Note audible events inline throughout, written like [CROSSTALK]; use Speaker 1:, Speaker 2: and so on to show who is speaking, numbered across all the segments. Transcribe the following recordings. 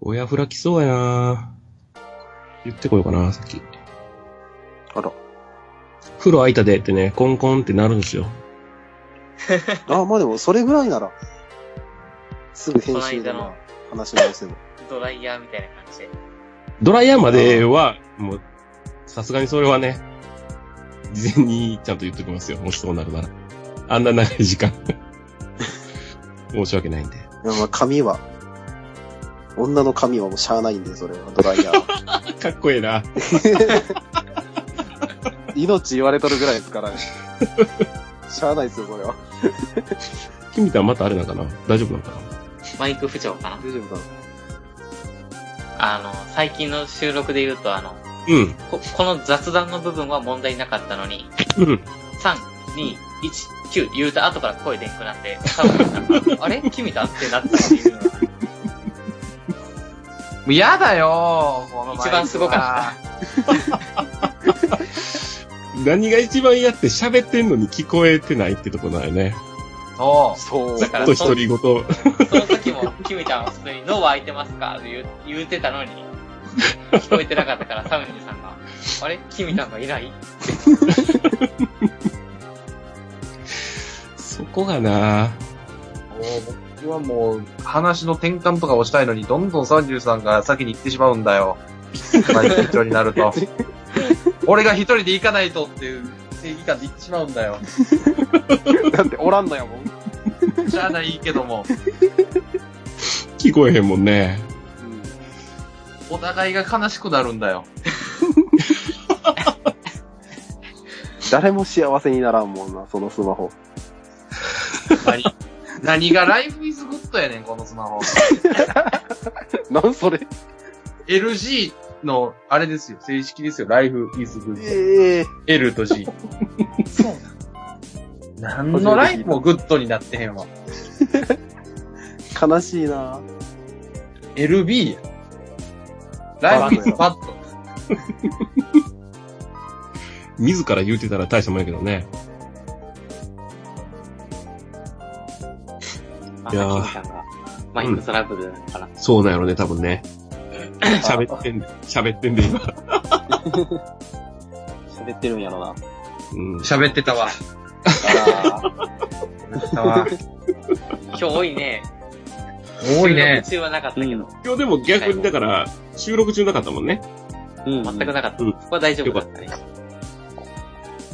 Speaker 1: 親フラ来そうやな言ってこようかな、さっき。
Speaker 2: あら。
Speaker 1: 風呂開いたでってね、コンコンってなるんですよ。
Speaker 2: あ、まあでも、それぐらいなら、すぐ編
Speaker 3: この
Speaker 2: 集で
Speaker 3: 間
Speaker 2: ま
Speaker 3: の
Speaker 2: あ話し直せば。
Speaker 3: ドライヤーみたいな感じで。
Speaker 1: ドライヤーまでは、もう、さすがにそれはね、事前にちゃんと言っときますよ。もしそうなるなら。あんな長い時間。申し訳ないんで。
Speaker 2: いやまあ髪は、女の髪はもうしゃあないんで、それは、ドライヤー。
Speaker 1: かっこええな。
Speaker 2: 命言われとるぐらいですからね。しゃあないですよ、これは。
Speaker 1: 君たんまたあれなんかな大丈夫なんかな
Speaker 3: マイク不調かな
Speaker 2: 大丈夫か
Speaker 3: あの、最近の収録で言うと、あの、
Speaker 1: うん。
Speaker 3: ここの雑談の部分は問題なかったのに、
Speaker 1: うん。
Speaker 3: 3、2、1、9言うた後から声でんくなって、多分 [LAUGHS] あれ君だってなったっていう。
Speaker 4: もう嫌だよこの
Speaker 3: 一番すごか
Speaker 1: 何が一番嫌って喋ってんのに聞こえてないってとこだよね。
Speaker 4: った。そ
Speaker 2: なそう
Speaker 1: ず
Speaker 3: だ
Speaker 1: っ
Speaker 3: から
Speaker 1: と独り言。
Speaker 3: その時も、君ちゃんは普通に、脳は空いてますかって言う言うてたのに、聞こえてなかったから、サムニーさんが、あれ君ちゃんがいない
Speaker 1: そこがな
Speaker 4: う。もう僕はもう、話の転換とかをしたいのに、どんどん33が先に行ってしまうんだ [LAUGHS] よ。最近長になる [LAUGHS] と。俺が一人で行かないとっていう正義感で行ってしまうんだよ。
Speaker 2: だっておらんのやもん。
Speaker 4: しゃあないけど [LAUGHS] も、
Speaker 1: 聞こえへんもんね。
Speaker 4: お互いが悲しくなるんだよ。
Speaker 2: 誰も幸せにならんもんな、そのスマホ。
Speaker 4: 何何がライフイズグッドやねん、このスマホ。
Speaker 2: なんそれ
Speaker 4: LG の、あれですよ、正式ですよ、ライフイズグッド。
Speaker 2: ええ
Speaker 4: L と G。
Speaker 3: そう
Speaker 4: 何のライフもグッドになってへんわ。
Speaker 2: 悲しいな
Speaker 4: LB や。ライフイズバッド。
Speaker 1: 自ら言うてたら大したもんやけどね。
Speaker 3: ま
Speaker 1: いや
Speaker 3: さ
Speaker 1: ー
Speaker 3: 君ちゃんが、マイクトラブルなのかな。
Speaker 1: そうなんやろね、多分ね。 [LAUGHS] 喋ってん、喋ってんで今。
Speaker 2: 喋ってるんやろな。
Speaker 1: うん。
Speaker 4: 喋ってたわ。
Speaker 3: 今日多いね。
Speaker 4: 多いね。
Speaker 3: 収録中はなかったけど、
Speaker 1: 今日でも逆にだから、収録中なかったもんね。
Speaker 2: うん
Speaker 3: 全くなかった。
Speaker 1: うん
Speaker 3: ここは大丈夫だったね。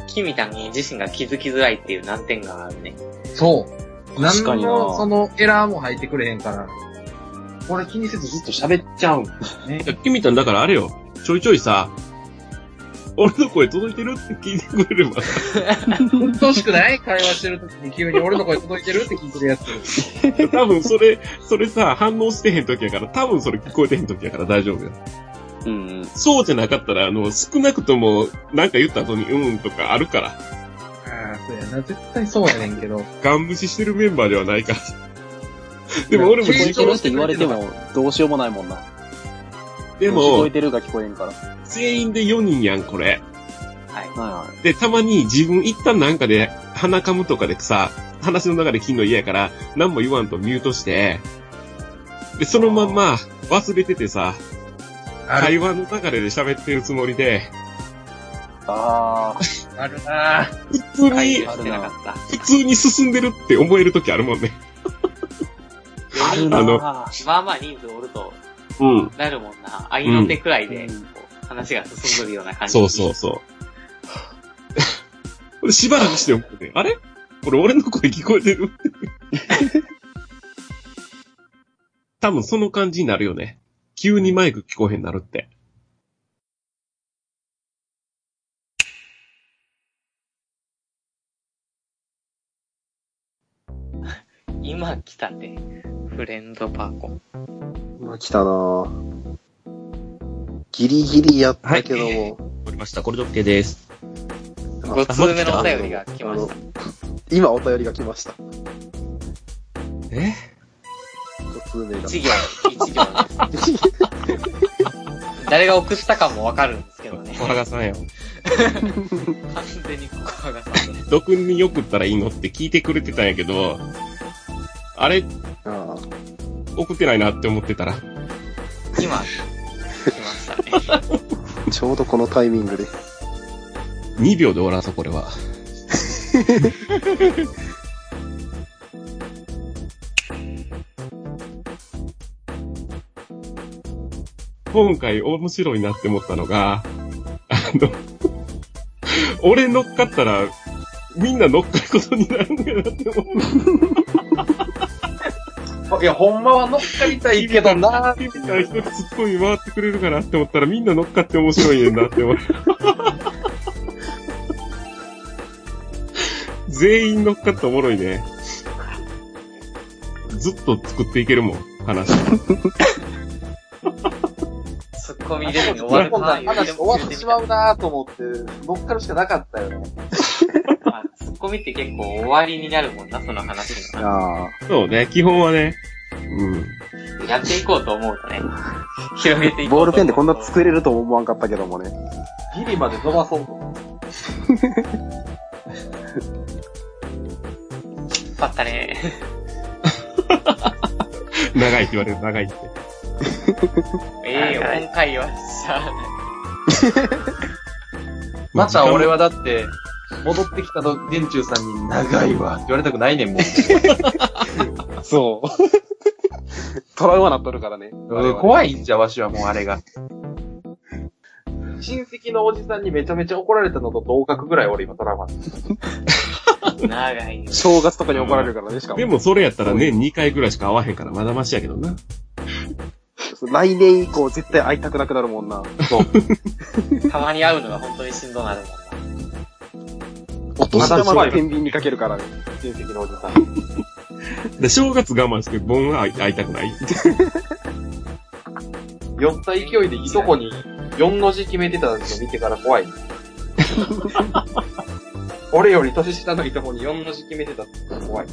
Speaker 3: 君ちゃんに自身が気づきづらいっていう難点があるね。
Speaker 4: そう。何
Speaker 2: 確かにな
Speaker 4: の、その、エラーも入ってくれへんから。俺気にせずずっと喋っちゃうんだよね
Speaker 1: い。や、君たんだからあれよ、ちょいちょいさ、俺の声届いてるって聞いてくれれ [LAUGHS] ば。
Speaker 4: うっとうしくない会話してる時に急に俺の声届いてるって聞いてるやつ。
Speaker 1: 多分それ、それさ、反応してへん時やから、多分それ聞こえてへん時やから大丈夫よ。
Speaker 2: うんうん。
Speaker 1: そうじゃなかったら、あの、少なくとも、なんか言った後に、うんとかあるから、
Speaker 4: ああ、そうやな。絶対そうやねんけど。
Speaker 1: ガン無視してるメンバーではないから。でも俺も
Speaker 4: 緊
Speaker 1: 自
Speaker 4: 張
Speaker 1: 己、
Speaker 4: して言われても、
Speaker 2: どうしようもないもんな。
Speaker 1: でも、
Speaker 2: てるが聞こえんから。
Speaker 1: 全員で4人やん、これ。
Speaker 3: はい。
Speaker 2: はいはい。
Speaker 1: で、たまに自分一旦なんかで、鼻かむとかでさ、話の中で金の嫌やから、何も言わんとミュートして、で、そのまんま忘れててさ、
Speaker 4: あ
Speaker 1: 会
Speaker 4: る、
Speaker 1: 話の中で喋ってるつもりで、
Speaker 2: ああ。
Speaker 4: あるなぁ。
Speaker 1: 普通
Speaker 3: 会
Speaker 1: に、
Speaker 3: 議はしてなかった。
Speaker 1: 普通に進んでるって思える時あるもんね。
Speaker 2: ある
Speaker 1: なぁ
Speaker 2: な
Speaker 3: まあまあ人数おると、
Speaker 1: うん。
Speaker 3: なるもんな。合いの手くらいで、
Speaker 2: うん
Speaker 3: こう話が進んでるような感じ。
Speaker 1: そうそう [LAUGHS] そう。しばらくして思って、あれこれ俺の声聞こえ [LAUGHS] てる多分その感じになるよね。急にマイク聞こえへんなるって。
Speaker 3: 今来たって、フレンドパーコ。
Speaker 2: 今来たなぁギリギリやったけども、
Speaker 1: おりました。これで OK です。
Speaker 3: 5通目のお便りが来ました。
Speaker 2: 今お便りが来ました。
Speaker 1: え
Speaker 2: 5通目が。
Speaker 3: 1行、1行です。誰が送ったかもわかるんですけどね
Speaker 1: 小。原さんよ。
Speaker 3: 完全にココアがさんで
Speaker 1: どこに送ったらいいのって聞いてくれてたんやけど、あれ、
Speaker 2: [LAUGHS] ああ
Speaker 1: 送ってないなって思ってたら、
Speaker 3: 今、来ましたね。
Speaker 2: ちょうどこのタイミングで。
Speaker 1: 2秒で終わらせた、これは。今回面白いなって思ったのが、あの、俺乗っかったら、みんな乗っかることになるんだよなって思う。
Speaker 4: いや、ほんまは乗っかりたいけどな
Speaker 1: 君が一人突っ込み回ってくれるかなって思ったらみんな乗っかって面白いねんなって思う。全員乗っかっておもろいね。ずっと作っていけるもん、話。
Speaker 3: ツッコミ入れずに終わる
Speaker 4: こんな
Speaker 3: か
Speaker 4: 話終わってしまうなと思って、乗っかるしかなかったよね。
Speaker 3: あツッコミって結構終わりになるもんな、その話の。
Speaker 2: ああ。
Speaker 1: そうね、基本はね。うん。
Speaker 3: やっていこうと思うとね、広げていこ
Speaker 2: ボ
Speaker 3: うと思うと。
Speaker 2: ールペンでこんな作れるとも思わんかったけどもね。
Speaker 4: ギリまで伸ばそうと。
Speaker 3: 引っ張っ
Speaker 2: [LAUGHS]
Speaker 3: たね。
Speaker 1: 長いって言われる、長いって。
Speaker 3: ええよ、今回はさ、
Speaker 4: また俺はだって、戻ってきたの、電柱さんに長いわって言われたくないねん、もう。
Speaker 2: そう。 [LAUGHS] トラウマなっとるからね。
Speaker 4: うん [LAUGHS] 怖いんじゃ、わしはもうあれが。親戚のおじさんにめちゃめちゃ怒られたのと同格ぐらい俺今トラウマ。
Speaker 3: 長いよ。
Speaker 2: 正月とかに怒られるからね、しかも。
Speaker 1: でもそれやったら年2回ぐらいしか会わへんから、まだましやけどな。
Speaker 2: 来年以降絶対会いたくなくなるもんな。
Speaker 3: たまに会うのが本当にしんどなるもんな。
Speaker 2: お年
Speaker 4: まだ
Speaker 2: 玉
Speaker 4: 怖
Speaker 2: はい天秤にかけるからね。
Speaker 4: [LAUGHS] 親戚のおじさん。
Speaker 1: で正月我慢して、盆は会いたくない。
Speaker 4: 酔った勢いでいとこに4の字決めてたの見てから [LAUGHS] 怖い。俺より年下のいとこに4の字決めてたって怖い。